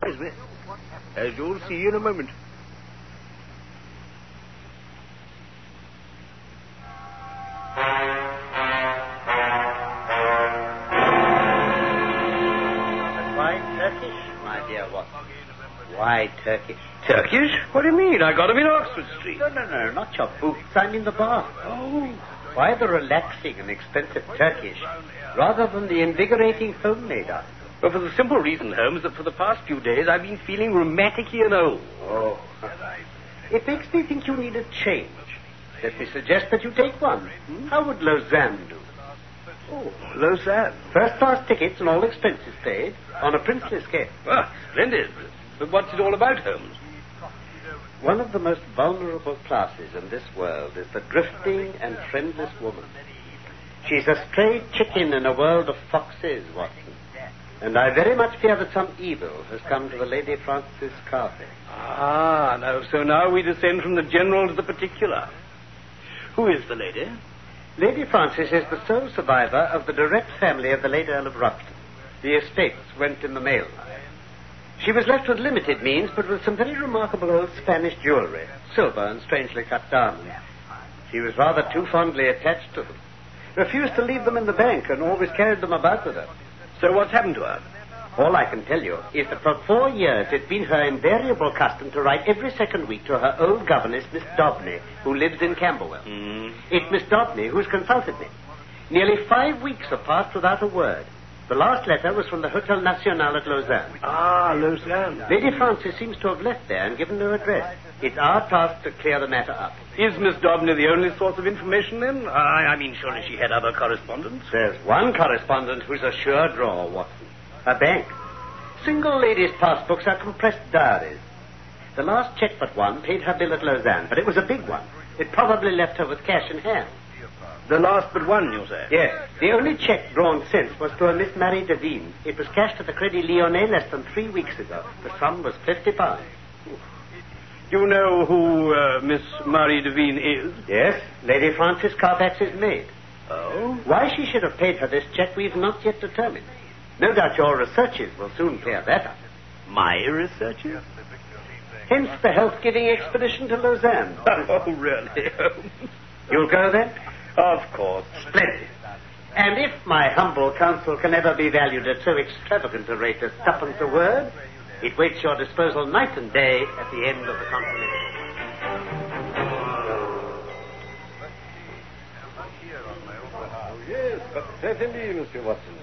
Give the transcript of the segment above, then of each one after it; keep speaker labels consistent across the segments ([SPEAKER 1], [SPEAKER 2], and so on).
[SPEAKER 1] business, as you'll see in a moment.
[SPEAKER 2] But why Turkish, my dear Watson? Why Turkish?
[SPEAKER 1] Turkish? What do you mean? I got him in Oxford Street.
[SPEAKER 2] No, no, no, not your boots. I mean the bar.
[SPEAKER 1] Oh.
[SPEAKER 2] Why the relaxing and expensive Turkish rather than the invigorating homemade article?
[SPEAKER 1] Well, for the simple reason, Holmes, that for the past few days I've been feeling rheumaticky and old.
[SPEAKER 2] Oh. It makes me think you need a change. Let me suggest that you take one. How would Lausanne do?
[SPEAKER 1] Oh, Lausanne.
[SPEAKER 2] First class tickets and all expenses paid on a princely scale.
[SPEAKER 1] Well, Ah, splendid. But what's it all about, Holmes?
[SPEAKER 2] One of the most vulnerable classes in this world is the drifting and friendless woman. She's a stray chicken in a world of foxes, Watson. And I very much fear that some evil has come to the Lady Frances Carfay.
[SPEAKER 1] Ah, no. So now we descend from the general to the particular. Who is the lady?
[SPEAKER 2] Lady Frances is the sole survivor of the direct family of the late Earl of Rupton. The estates went in the mail. She was left with limited means, but with some very remarkable old Spanish jewelry, silver and strangely cut diamonds. She was rather too fondly attached to them, refused to leave them in the bank, and always carried them about with her.
[SPEAKER 1] So what's happened to her?
[SPEAKER 2] All I can tell you is that for four years it's been her invariable custom to write every second week to her old governess, Miss Dobney, who lives in Camberwell.
[SPEAKER 1] Mm.
[SPEAKER 2] It's Miss Dobney who's consulted me. Nearly five weeks have passed without a word. The last letter was from the Hotel National at Lausanne.
[SPEAKER 1] Ah, Lausanne.
[SPEAKER 2] Lady Frances seems to have left there and given no address. It's our task to clear the matter up.
[SPEAKER 1] Is Miss Dobney the only source of information, then? I, I mean, surely she had other correspondence.
[SPEAKER 2] There's one correspondent who's a sure drawer, Watson. A bank. Single ladies' passbooks are compressed diaries. The last check but one paid her bill at Lausanne, but it was a big one. It probably left her with cash in hand.
[SPEAKER 1] The last but one, you say?
[SPEAKER 2] Yes. The only check drawn since was to a Miss Marie Devine. It was cashed at the Credit Lyonnais less than three weeks ago. The sum was fifty pounds.
[SPEAKER 1] You know who uh, Miss Marie Devine is?
[SPEAKER 2] Yes. Lady Frances Carfax's maid.
[SPEAKER 1] Oh?
[SPEAKER 2] Why she should have paid her this check we've not yet determined. No doubt your researches will soon clear that up.
[SPEAKER 1] My researches?
[SPEAKER 2] Hence the health giving expedition to Lausanne.
[SPEAKER 1] Oh, really?
[SPEAKER 2] You'll go then?
[SPEAKER 1] of course.
[SPEAKER 2] Splendid. And if my humble counsel can ever be valued at so extravagant a rate as twopence a word, it waits your disposal night and day at the end of the continent.
[SPEAKER 3] Oh, yes, but certainly, Mr. Watson.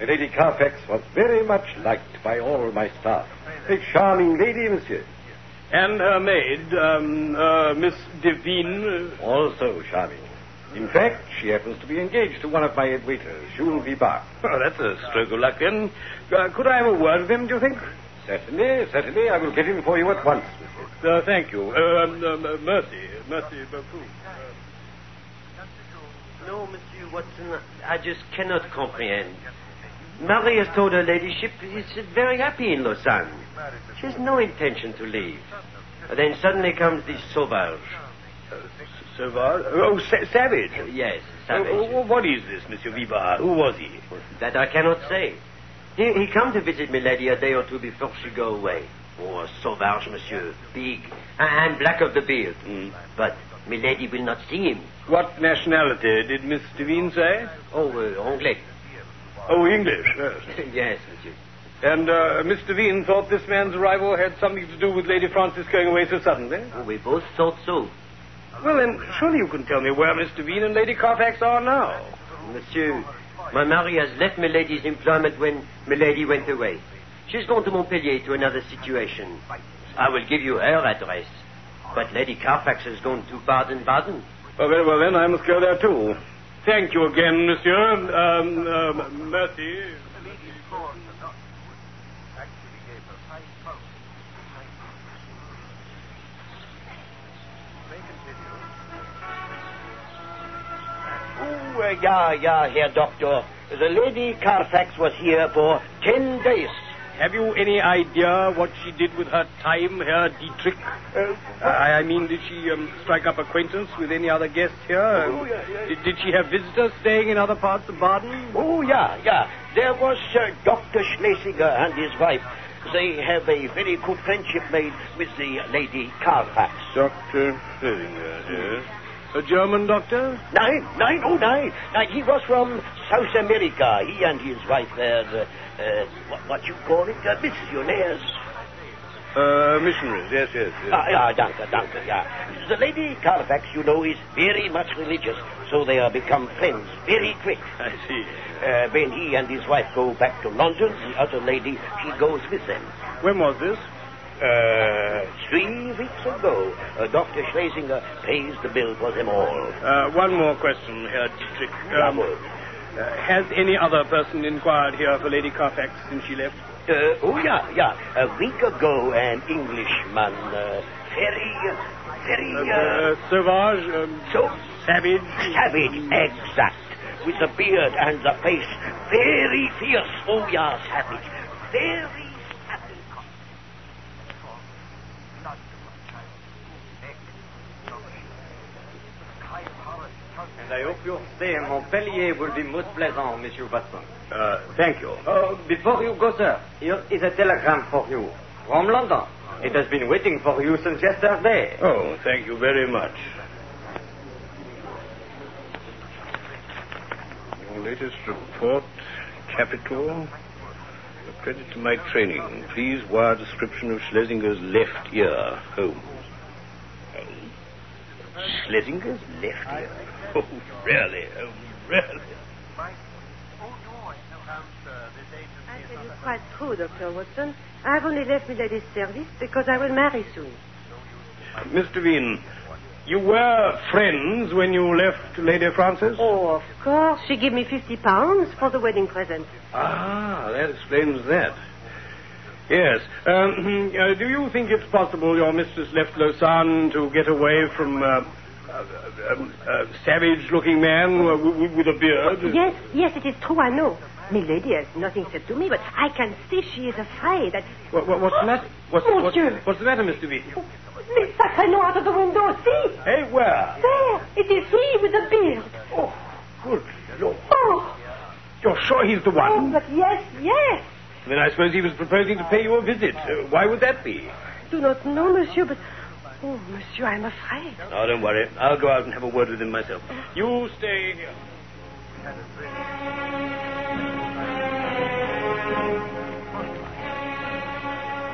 [SPEAKER 3] Lady Carfax was very much liked by all my staff. A charming lady, monsieur.
[SPEAKER 1] And her maid, um, uh, Miss Devine. uh,
[SPEAKER 3] Also charming. In fact, she happens to be engaged to one of my waiters, Jules Vibart.
[SPEAKER 1] Oh, that's a stroke of luck, then. Uh, could I have a word with him, do you think?
[SPEAKER 3] Certainly, certainly, I will get him for you at once, monsieur.
[SPEAKER 1] Uh, thank you. Uh, um, um, uh, mercy. Mercy beaucoup.
[SPEAKER 4] No, Monsieur Watson, I just cannot comprehend. Marie has told her ladyship she's very happy in Lausanne. She has no intention to leave. And then suddenly comes this sauvage.
[SPEAKER 1] Savage? Oh, sa- Savage.
[SPEAKER 4] Yes,
[SPEAKER 1] Oh,
[SPEAKER 4] savage.
[SPEAKER 1] oh, what is this, Monsieur Vibar? Who was he?
[SPEAKER 4] That I cannot say. He, he come to visit Milady a day or two before she go away. Oh, a sauvage, monsieur. Big. And and black of the beard. But Milady will not see him.
[SPEAKER 1] What nationality did Miss Devine say?
[SPEAKER 4] Oh, uh, Anglais.
[SPEAKER 1] Oh, English, yes.
[SPEAKER 4] yes, monsieur.
[SPEAKER 1] And uh, Miss Devine thought this man's arrival had something to do with Lady Frances going away so suddenly?
[SPEAKER 4] Oh, we both thought so.
[SPEAKER 1] Well, then, surely you can tell me where Miss Devine and Lady Carfax are now.
[SPEAKER 4] Monsieur, my Marie has left Milady's employment when Milady went away. She's gone to Montpellier to another situation. I will give you her address. But Lady Carfax has gone to Baden-Baden.
[SPEAKER 1] Oh, very well, then, I must go there too. Thank you again, monsieur. Um, um, merci.
[SPEAKER 4] Oh, uh, yeah, yeah, Herr Doctor. The Lady Carfax was here for ten days.
[SPEAKER 1] Have you any idea what she did with her time here, Dietrich? Uh, I I mean, did she um, strike up acquaintance with any other guests here? Um, Did, did she have visitors staying in other parts of Baden?
[SPEAKER 4] Oh, yeah, yeah. There was uh, Dr. Schlesinger and his wife.
[SPEAKER 2] They have a very good friendship made with the Lady Carfax.
[SPEAKER 1] Dr. Fillinger, yes. A German doctor?
[SPEAKER 2] Nein, nein, oh nein. Nein, he was from South America. He and his wife were, uh, uh, what, what you call it, uh, missionaries.
[SPEAKER 1] Uh, missionaries, yes, yes, yes.
[SPEAKER 2] Ah, yeah, danke, danke, yeah. The Lady Carfax, you know, is very much religious, so they are become friends very quick.
[SPEAKER 1] I see.
[SPEAKER 2] Uh, when he and his wife go back to London, the other lady, she goes with them.
[SPEAKER 1] When was this?
[SPEAKER 2] Uh, three weeks ago, uh, Dr. Schlesinger pays the bill for them all.
[SPEAKER 1] Uh, one more question, Herr Dietrich. Um,
[SPEAKER 2] Jawohl.
[SPEAKER 1] uh, has any other person inquired here for Lady Carfax since she left?
[SPEAKER 2] Uh, oh, yeah, yeah. A week ago, an Englishman, uh, very, uh, very,
[SPEAKER 1] Uh,
[SPEAKER 2] uh,
[SPEAKER 1] uh, Sauvage? Um,
[SPEAKER 2] so
[SPEAKER 1] savage?
[SPEAKER 2] savage, exact, with the beard and the face, very fierce. Oh, yeah, savage, very savage.
[SPEAKER 5] And I hope your stay in Montpellier will be most pleasant, Monsieur Watson.
[SPEAKER 1] Uh, thank you.
[SPEAKER 5] Oh, before you go, sir, here is a telegram for you from London. It has been waiting for you since yesterday.
[SPEAKER 1] Oh, thank you very much. Your latest report, capital. A Credit to my training. Please wire description of Schlesinger's left ear, Holmes. Schlesinger's left ear? Oh, really, Holmes, really?
[SPEAKER 6] I tell you quite true, Dr. Watson. I've only left Milady's service because I will marry soon.
[SPEAKER 1] Mr. Veen, you were friends when you left Lady Frances?
[SPEAKER 6] Oh, of course. She gave me 50 pounds for the wedding present.
[SPEAKER 1] Ah, that explains that. Yes. Um, uh, do you think it's possible your mistress left Lausanne to get away from uh, a, a, savage-looking man w- w- with a beard?
[SPEAKER 6] Yes, yes, it is true, I know. Milady has nothing said to me, but I can see she is afraid. And...
[SPEAKER 1] What, what, what's the matter? What's, what's,
[SPEAKER 6] Monsieur.
[SPEAKER 1] what's the matter, Mr. V?
[SPEAKER 6] Oh, Miss Sacrano out of the window. See?
[SPEAKER 1] Hey, where?
[SPEAKER 6] There. It is he with the beard.
[SPEAKER 1] Oh, good lord.
[SPEAKER 6] Oh,
[SPEAKER 1] You're sure he's the
[SPEAKER 6] oh
[SPEAKER 1] one?
[SPEAKER 6] but yes, yes.
[SPEAKER 1] Then I suppose he was proposing to pay you a visit. Uh, why would that be?
[SPEAKER 6] I do not know, monsieur, but... Oh, monsieur, I'm afraid.
[SPEAKER 1] Oh, don't worry. I'll go out and have a word with him myself. You stay here.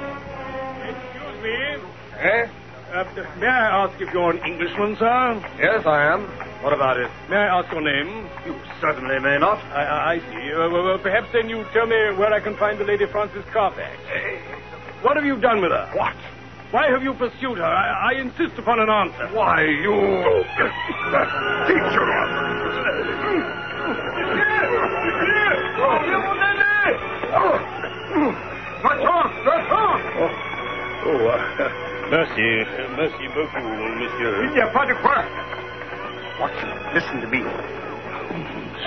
[SPEAKER 1] Excuse me.
[SPEAKER 3] Eh?
[SPEAKER 1] Uh, may I ask if you're an Englishman, sir?
[SPEAKER 3] Yes, I am. What about it?
[SPEAKER 1] May I ask your name?
[SPEAKER 3] You certainly may not.
[SPEAKER 1] I, I, I see. Uh, well, well, perhaps then you tell me where I can find the Lady Frances Carfax. What have you done with her?
[SPEAKER 3] What?
[SPEAKER 1] Why have you pursued her? I, I insist upon an answer.
[SPEAKER 3] Why, you... That teacher of...
[SPEAKER 1] Oh, oh uh, merci. Merci beaucoup, monsieur.
[SPEAKER 3] pas de quoi. Watson, listen to me.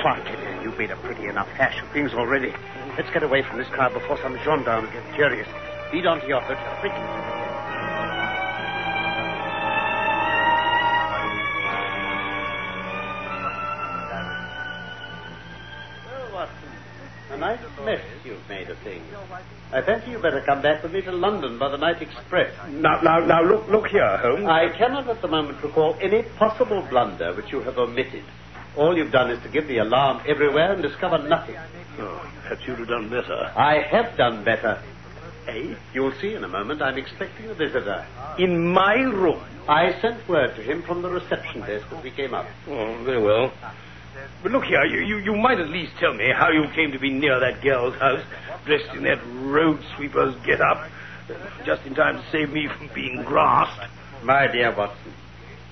[SPEAKER 3] Swat, you've made a pretty enough hash of things already. Let's get away from this car before some gendarmes get curious. Lead on to your hotel, quick.
[SPEAKER 5] Well, Watson, a nice mess you've made of things. I fancy you better come back with me to London by the night express.
[SPEAKER 1] Now, now, now, look, look here, Holmes.
[SPEAKER 5] I cannot at the moment recall any possible blunder which you have omitted. All you've done is to give the alarm everywhere and discover nothing.
[SPEAKER 1] Oh, perhaps you'd have done better.
[SPEAKER 5] I have done better. Eh? You'll see in a moment. I'm expecting a visitor.
[SPEAKER 1] In my room.
[SPEAKER 5] I sent word to him from the reception desk as we came up.
[SPEAKER 1] Oh, very well. But look here, you, you, you might at least tell me how you came to be near that girl's house, dressed in that road sweeper's get-up, just in time to save me from being grassed.
[SPEAKER 5] My dear Watson,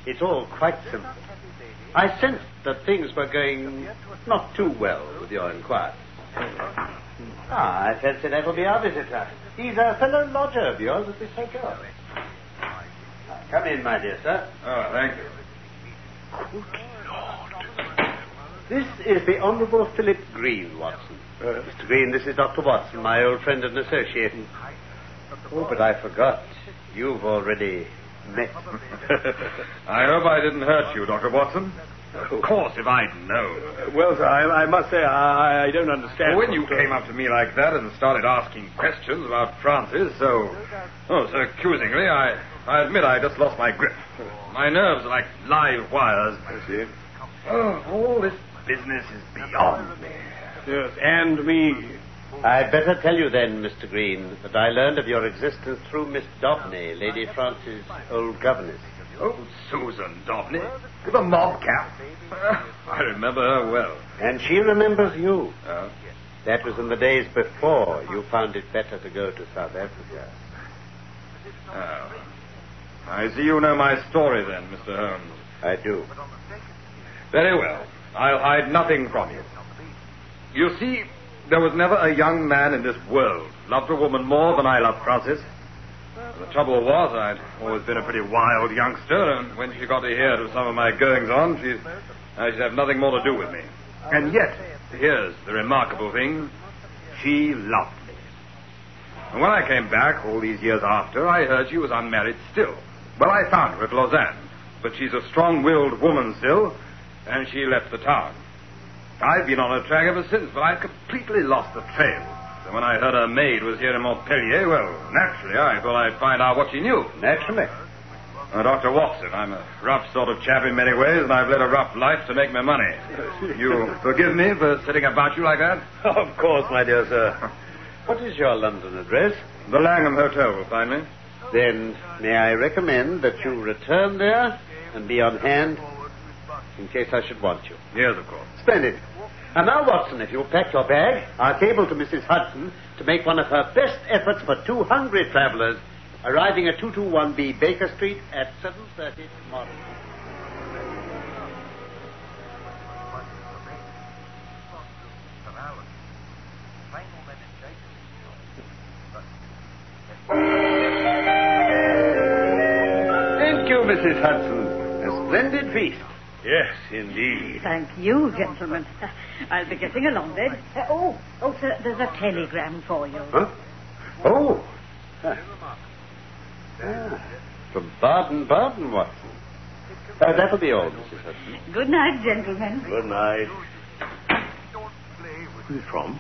[SPEAKER 5] it's all quite simple. I sensed that things were going not too well with your inquiry. Ah, I fancy that'll be our visitor. He's a fellow lodger of yours at this hotel. Ah, Come in, my dear sir.
[SPEAKER 3] Oh, thank you.
[SPEAKER 5] This is the Honorable Philip Green, Watson. Uh, Mr. Green, this is Dr. Watson, my old friend and associate. Oh, but I forgot. You've already met.
[SPEAKER 3] I hope I didn't hurt you, Dr. Watson. Of course, if I'd known.
[SPEAKER 1] Well, sir, I, I must say I, I don't understand.
[SPEAKER 3] When you came up to me like that and started asking questions about Francis, so. Oh, so accusingly, I, I admit I just lost my grip. My nerves are like live wires.
[SPEAKER 1] I see.
[SPEAKER 3] Oh, all this business is beyond me.
[SPEAKER 1] Yes, and me.
[SPEAKER 5] I'd better tell you then, Mr. Green, that I learned of your existence through Miss Dobney, Lady Frances' old governess.
[SPEAKER 3] Oh, Susan Dobney, with a mob cap. I remember her well.
[SPEAKER 5] And she remembers you.
[SPEAKER 3] Oh.
[SPEAKER 5] That was in the days before you found it better to go to South Africa.
[SPEAKER 3] Oh. I see you know my story then, Mr. Holmes.
[SPEAKER 5] I do.
[SPEAKER 3] Very well. I'll hide nothing from you. You see, there was never a young man in this world loved a woman more than I loved Frances. The trouble was, I'd always been a pretty wild youngster, and when she got to hear of some of my goings on, she'd, uh, she'd have nothing more to do with me. And yet, here's the remarkable thing she loved me. And when I came back all these years after, I heard she was unmarried still. Well, I found her at Lausanne, but she's a strong willed woman still, and she left the town. I've been on her track ever since, but I've completely lost the trail. So when I heard her maid was here in Montpellier, well, naturally, I thought I'd find out what she knew.
[SPEAKER 5] Naturally.
[SPEAKER 3] Uh, Dr. Watson, I'm a rough sort of chap in many ways, and I've led a rough life to make my money. You forgive me for sitting about you like that?
[SPEAKER 5] Of course, my dear sir. What is your London address?
[SPEAKER 3] The Langham Hotel will find me.
[SPEAKER 5] Then may I recommend that you return there and be on hand in case I should want you.
[SPEAKER 3] Yes, of course.
[SPEAKER 5] Splendid. And now, Watson, if you'll pack your bag, I'll cable to Mrs. Hudson to make one of her best efforts for two hungry travelers, arriving at 221B Baker Street at 7.30 tomorrow.
[SPEAKER 3] Thank you, Mrs. Hudson. A splendid feast.
[SPEAKER 1] Yes, indeed.
[SPEAKER 6] Thank you, gentlemen. I'll be getting along then. Uh, oh, oh, sir, there's a telegram for you.
[SPEAKER 5] Huh? Oh. Huh. Ah, from Baden Baden, Watson. Uh, that'll be all, Mrs. Hudson.
[SPEAKER 6] Good night, gentlemen.
[SPEAKER 5] Good night.
[SPEAKER 1] Who's from?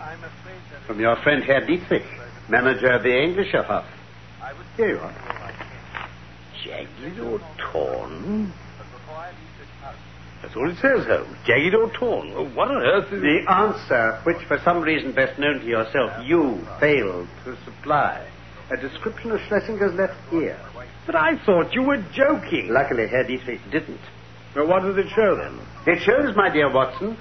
[SPEAKER 5] From your friend Herr Dietrich, manager of the Englischer Hof. Here you are.
[SPEAKER 2] Jagged or torn? That's all it says, Holmes. Jagged or torn. Oh, Well, what on earth is
[SPEAKER 5] The answer, which for some reason best known to yourself, you failed to supply. A description of Schlesinger's left ear.
[SPEAKER 2] But I thought you were joking.
[SPEAKER 5] Luckily, Herr Dietrich didn't.
[SPEAKER 1] Well, what does it show then?
[SPEAKER 5] It shows, my dear Watson,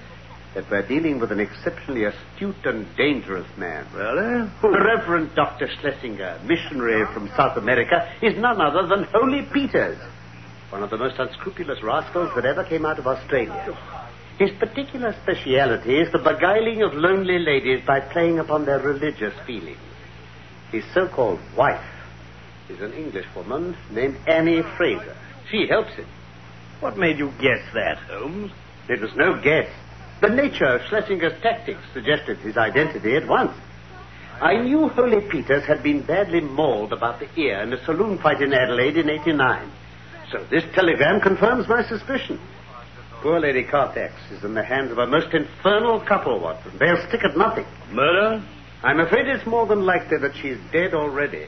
[SPEAKER 5] that we're dealing with an exceptionally astute and dangerous man.
[SPEAKER 2] Really?
[SPEAKER 5] The Reverend Dr. Schlesinger, missionary from South America, is none other than Holy Peters, one of the most unscrupulous rascals that ever came out of Australia. His particular speciality is the beguiling of lonely ladies by playing upon their religious feelings. His so called wife is an Englishwoman named Annie Fraser. She helps him.
[SPEAKER 2] What made you guess that, Holmes?
[SPEAKER 5] It was no guess. The nature of Schlesinger's tactics suggested his identity at once. I knew Holy Peters had been badly mauled about the ear in a saloon fight in Adelaide in 89. So this telegram confirms my suspicion. Poor Lady Carfax is in the hands of a most infernal couple, Watson. They'll stick at nothing.
[SPEAKER 2] Murder?
[SPEAKER 5] I'm afraid it's more than likely that she's dead already.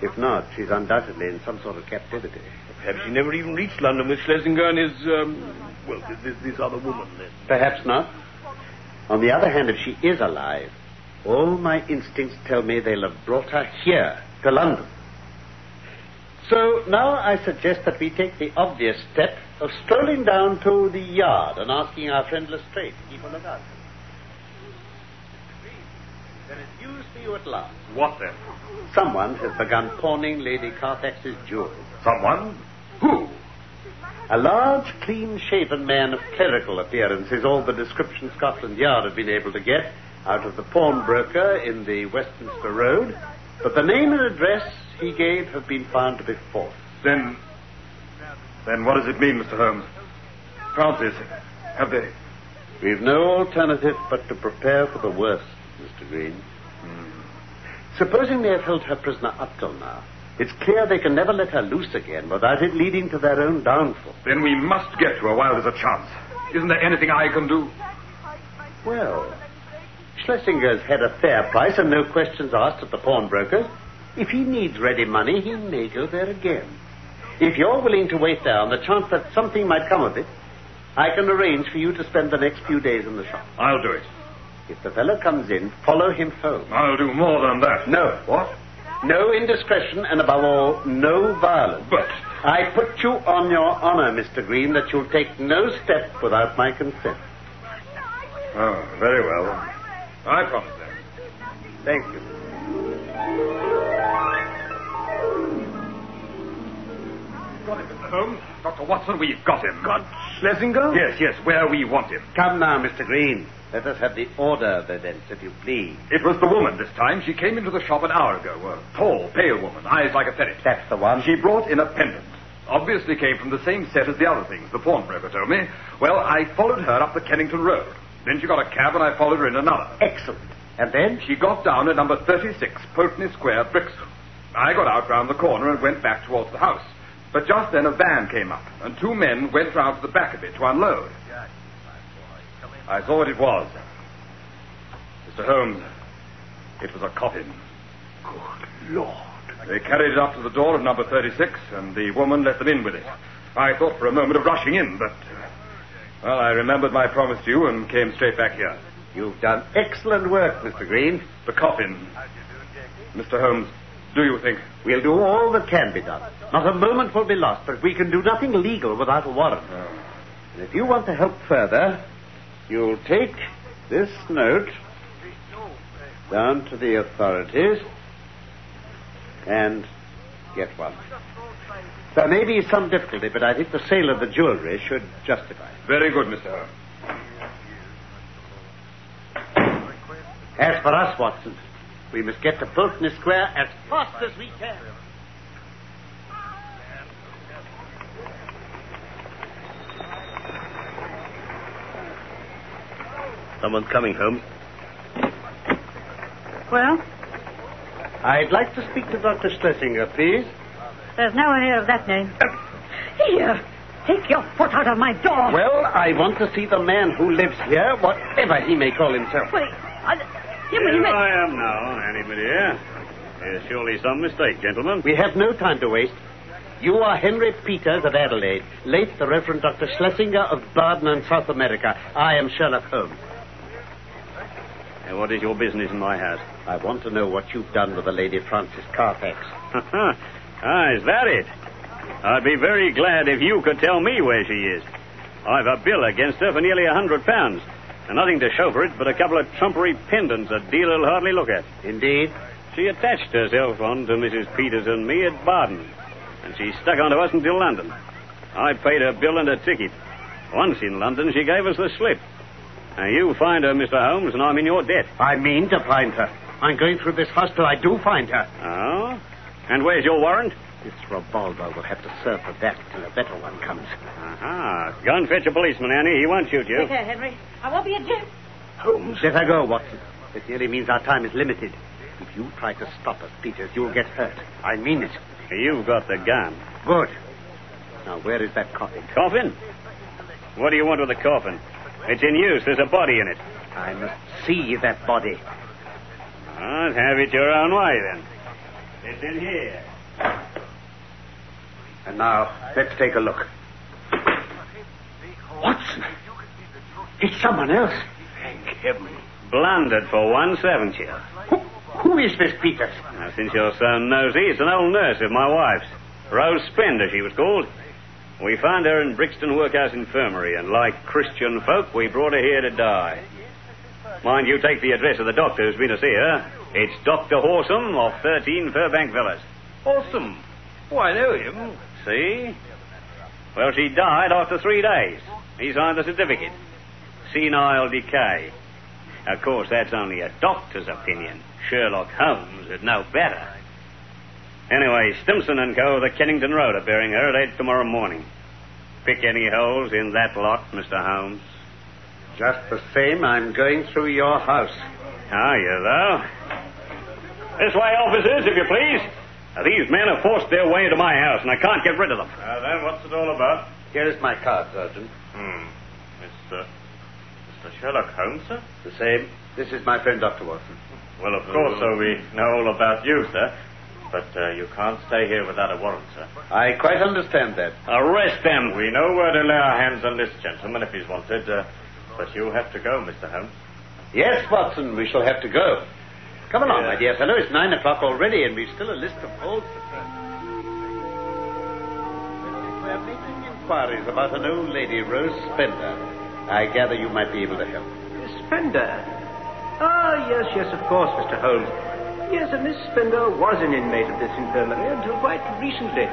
[SPEAKER 5] If not, she's undoubtedly in some sort of captivity.
[SPEAKER 1] Perhaps he never even reached London with Schlesinger and his, um, well, this, this other woman then.
[SPEAKER 5] Perhaps not. On the other hand, if she is alive, all my instincts tell me they'll have brought her here, to London. So now I suggest that we take the obvious step of strolling down to the yard and asking our friend Lestrade to keep a lookout. There is news for you at last.
[SPEAKER 3] What then?
[SPEAKER 5] Someone has begun pawning Lady Carfax's jewels.
[SPEAKER 3] Someone? Who?
[SPEAKER 5] A large, clean shaven man of clerical appearance is all the description Scotland Yard have been able to get out of the pawnbroker in the Westminster Road, but the name and address he gave have been found to be false.
[SPEAKER 3] Then. Then what does it mean, Mr. Holmes? Francis, have they.
[SPEAKER 5] We've no alternative but to prepare for the worst, Mr. Green. Hmm. Supposing they have held her prisoner up till now, it's clear they can never let her loose again without it leading to their own downfall.
[SPEAKER 3] Then we must get to her while there's a chance.
[SPEAKER 7] Isn't there anything I can do?
[SPEAKER 5] Well, Schlesinger's had a fair price and no questions asked at the pawnbroker's. If he needs ready money, he may go there again. If you're willing to wait there on the chance that something might come of it, I can arrange for you to spend the next few days in the shop.
[SPEAKER 7] I'll do it.
[SPEAKER 5] If the fellow comes in, follow him home.
[SPEAKER 7] I'll do more than that.
[SPEAKER 5] No.
[SPEAKER 7] What?
[SPEAKER 5] No indiscretion, and above all, no violence.
[SPEAKER 7] But
[SPEAKER 5] I put you on your honor, Mr. Green, that you'll take no step without my consent.
[SPEAKER 7] Oh, very well. I promise that.
[SPEAKER 5] Thank you.
[SPEAKER 7] Got him, Mr. Holmes. Dr. Watson, we've got him. God.
[SPEAKER 1] Schlesinger?
[SPEAKER 7] Yes, yes, where we want him.
[SPEAKER 5] Come now, Mr. Green. Let us have the order of events, if you please.
[SPEAKER 7] It was the woman this time. She came into the shop an hour ago. A tall, pale woman, eyes like a ferret.
[SPEAKER 5] That's the one.
[SPEAKER 7] She brought in a pendant. Obviously came from the same set as the other things, the pawnbroker told me. Well, I followed her up the Kennington Road. Then she got a cab and I followed her in another.
[SPEAKER 5] Excellent. And then?
[SPEAKER 7] She got down at number 36, Pulteney Square, Brixham. I got out round the corner and went back towards the house. But just then a van came up, and two men went round to the back of it to unload. I saw what it was. Mr. Holmes, it was a coffin.
[SPEAKER 2] Good Lord.
[SPEAKER 7] They carried it up to the door of number 36, and the woman let them in with it. I thought for a moment of rushing in, but. uh, Well, I remembered my promise to you and came straight back here.
[SPEAKER 5] You've done excellent work, Mr. Green.
[SPEAKER 7] The coffin. Mr. Holmes, do you think?
[SPEAKER 5] We'll do all that can be done. Not a moment will be lost, but we can do nothing legal without a warrant. And if you want to help further, you'll take this note down to the authorities and get one. There may be some difficulty, but I think the sale of the jewelry should justify it.
[SPEAKER 7] Very good, Mr. Holmes.
[SPEAKER 5] As for us, Watson, we must get to Pulteney Square as fast as we can.
[SPEAKER 4] Someone's coming, Holmes.
[SPEAKER 8] Well,
[SPEAKER 5] I'd like to speak to Dr. Schlesinger, please.
[SPEAKER 8] there's no one here of that name. Here, take your foot out of my door.
[SPEAKER 5] Well, I want to see the man who lives here, whatever he may call himself.
[SPEAKER 8] Wait, I, you mean
[SPEAKER 5] Uh,
[SPEAKER 1] Here
[SPEAKER 8] that-
[SPEAKER 1] I am now, anybody here. There's surely some mistake, gentlemen.
[SPEAKER 5] We have no time to waste. You are Henry Peters of Adelaide, late the Reverend Dr. Schlesinger of Baden and South America. I am Sherlock Holmes.
[SPEAKER 1] And what is your business in my house?
[SPEAKER 5] I want to know what you've done with the Lady Frances Carfax.
[SPEAKER 1] ah, is that it? I'd be very glad if you could tell me where she is. I've a bill against her for nearly a hundred pounds, and nothing to show for it but a couple of trumpery pendants a dealer'll hardly look at.
[SPEAKER 5] Indeed.
[SPEAKER 1] She attached herself on to Mrs. Peters and me at Baden, and she stuck onto us until London. I paid her bill and her ticket. Once in London, she gave us the slip. Now, you find her, Mr. Holmes, and I'm in your debt.
[SPEAKER 5] I mean to find her. I'm going through this house till I do find her.
[SPEAKER 1] Oh? And where's your warrant?
[SPEAKER 5] This revolver will have to serve for that till a better one comes.
[SPEAKER 1] Aha. Go and fetch a policeman, Annie. He won't shoot you.
[SPEAKER 8] Take care, Henry. I won't be a gent.
[SPEAKER 5] Holmes. Let her go, Watson. This merely means our time is limited. If you try to stop us, Peters, you'll get hurt. I mean it.
[SPEAKER 1] You've got the gun.
[SPEAKER 5] Good. Now, where is that coffin?
[SPEAKER 1] Coffin? What do you want with the coffin? It's in use. There's a body in it.
[SPEAKER 5] I must see that body.
[SPEAKER 1] Well, have it your own way, then. It's in here.
[SPEAKER 5] And now, let's take a look. Watson! It's someone else. Thank heaven.
[SPEAKER 1] Blundered for once, haven't you?
[SPEAKER 5] Who, who is this Peters?
[SPEAKER 1] Now, since you're so nosy, it's an old nurse of my wife's. Rose Spender, she was called. We found her in Brixton Workhouse Infirmary, and like Christian folk, we brought her here to die. Mind you, take the address of the doctor who's been to see her. It's Dr. Horsam of 13 Fairbank Villas.
[SPEAKER 3] Awesome. Oh, I know him.
[SPEAKER 1] See? Well, she died after three days. He signed the certificate. Senile decay. Of course, that's only a doctor's opinion. Sherlock Holmes would know better. Anyway, Stimson and Co. of the Kennington Road are burying her at 8 tomorrow morning. Pick any holes in that lot, Mr. Holmes.
[SPEAKER 5] Just the same, I'm going through your house.
[SPEAKER 1] Are you, though? This way, officers, if you please. Now, these men have forced their way into my house, and I can't get rid of them. Now, then, what's it all about?
[SPEAKER 5] Here is my card, Sergeant.
[SPEAKER 1] Hmm. It's
[SPEAKER 7] Mr. Mr. Sherlock Holmes, sir?
[SPEAKER 5] The same. This is my friend, Dr. Watson.
[SPEAKER 7] Well, of course, sir, we know all about you, sir. But uh, you can't stay here without a warrant, sir.
[SPEAKER 5] I quite understand that.
[SPEAKER 7] Arrest them! We know where to lay our hands on this gentleman if he's wanted. Uh, but you have to go, Mr. Holmes.
[SPEAKER 5] Yes, Watson, we shall have to go. Come along, my dear fellow. It's nine o'clock already, and we've still a list of old. We're making inquiries about an old lady, Rose Spender. I gather you might be able to help.
[SPEAKER 2] Spender. Ah, yes, yes, of course, Mr. Holmes. Yes, a Miss Spender was an inmate of this infirmary until quite recently.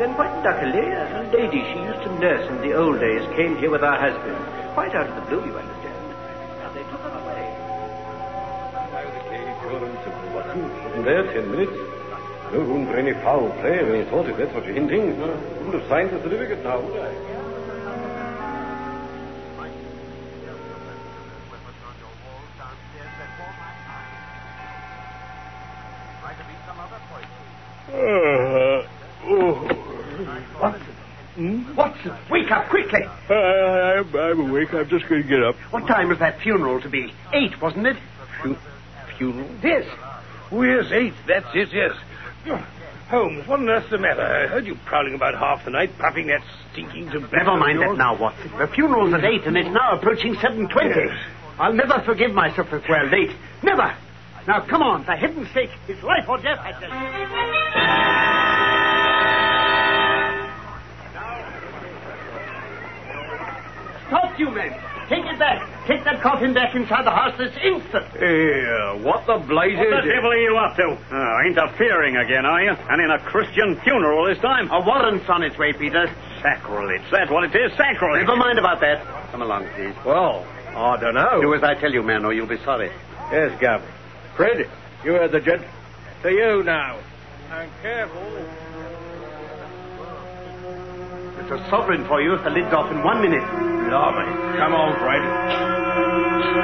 [SPEAKER 2] Then, quite luckily, a lady she used to nurse in the old days came here with her husband. Quite out of the blue, you understand. Now, they took her away.
[SPEAKER 3] In there, ten minutes. No room for any foul um play when he thought if that's what you're hinting. Wouldn't have signed the certificate now, would I?
[SPEAKER 1] Uh, oh.
[SPEAKER 9] Watson. Watson, wake up quickly.
[SPEAKER 1] I, I, I'm- I'm awake. I'm just going to get up.
[SPEAKER 9] What time was that funeral to be? Eight, wasn't it? funeral?
[SPEAKER 1] Yes. Oh, yes, eight. That's it, yes. Oh, Holmes, what on earth's the matter? I heard you prowling about half the night, puffing that stinking tobacco.
[SPEAKER 9] Never mind
[SPEAKER 1] of
[SPEAKER 9] that
[SPEAKER 1] yours.
[SPEAKER 9] now, Watson. The funeral's at eight, and it's now approaching seven twenty.
[SPEAKER 1] Yes.
[SPEAKER 9] I'll never forgive myself if we're late. Never. Now, come on, for heaven's sake. It's life or death, I tell you. Stop, you men. Take it back. Take that coffin back inside the house this instant.
[SPEAKER 1] Eh, what the blazes?
[SPEAKER 7] uh, What the devil are you up to? Oh, interfering again, are you? And in a Christian funeral this time?
[SPEAKER 9] A warrant's on its way, Peter.
[SPEAKER 7] Sacrilege. That's what it is, sacrilege.
[SPEAKER 5] Never mind about that. Come along, please.
[SPEAKER 3] Well, Oh, I don't know.
[SPEAKER 5] Do as I tell you, man, or you'll be sorry.
[SPEAKER 3] Yes, Gov. Fred, you heard the judge.
[SPEAKER 1] To you now. And careful.
[SPEAKER 9] It's a sovereign for you if the lid's off in one minute.
[SPEAKER 1] Blimey. Come on, Fred.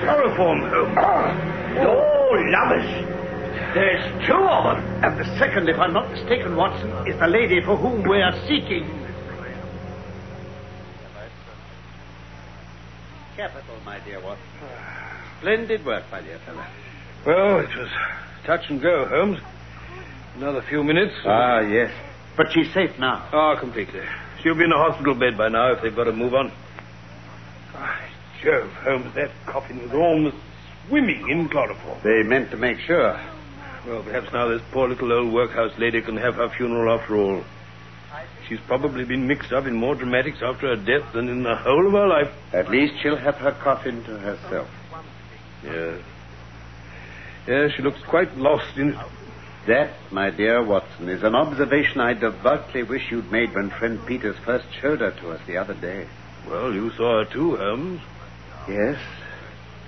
[SPEAKER 10] Chloroform Holmes. Oh, lovers. There's two of them.
[SPEAKER 9] And the second, if I'm not mistaken, Watson, is the lady for whom we are seeking.
[SPEAKER 5] Capital, my dear Watson. Splendid work, my dear fellow.
[SPEAKER 1] Well, it was touch and go, Holmes. Another few minutes.
[SPEAKER 5] Ah, yes.
[SPEAKER 9] But she's safe now.
[SPEAKER 1] Ah, completely. She'll be in a hospital bed by now if they've got to move on. By Jove, Holmes, that coffin was almost swimming in chloroform.
[SPEAKER 5] They meant to make sure.
[SPEAKER 1] Well, perhaps now this poor little old workhouse lady can have her funeral after all. She's probably been mixed up in more dramatics after her death than in the whole of her life.
[SPEAKER 5] At least she'll have her coffin to herself.
[SPEAKER 1] Yeah. Yeah, she looks quite lost in it.
[SPEAKER 5] That, my dear Watson, is an observation I devoutly wish you'd made when friend Peters first showed her to us the other day.
[SPEAKER 1] Well, you saw her too, Holmes.
[SPEAKER 5] Yes,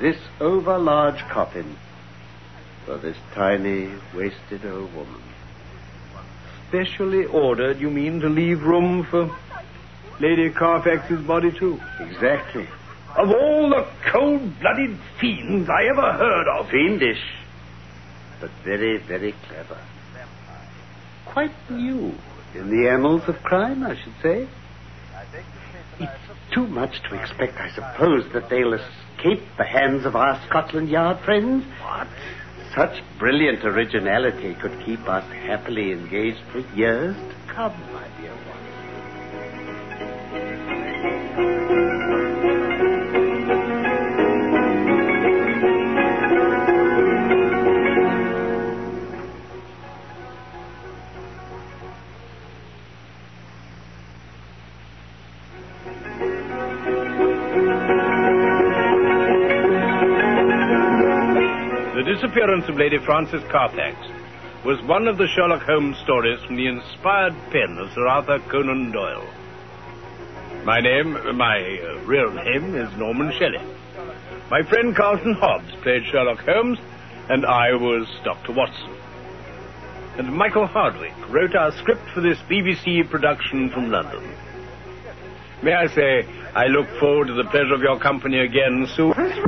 [SPEAKER 5] this overlarge coffin for this tiny, wasted old woman.
[SPEAKER 1] Specially ordered, you mean, to leave room for Lady Carfax's body, too?
[SPEAKER 5] Exactly.
[SPEAKER 1] Of all the cold-blooded fiends I ever heard of.
[SPEAKER 5] Fiendish, but very, very clever. Quite new in the annals of crime, I should say. It's too much to expect, I suppose, that they'll escape the hands of our Scotland Yard friends. What? Such brilliant originality could keep us happily engaged for years to come, my dear one.
[SPEAKER 1] The disappearance of Lady Frances Carfax was one of the Sherlock Holmes stories from the inspired pen of Sir Arthur Conan Doyle. My name, my uh, real name is Norman Shelley. My friend Carlton Hobbs played Sherlock Holmes, and I was Dr. Watson. And Michael Hardwick wrote our script for this BBC production from London. May I say, I look forward to the pleasure of your company again soon.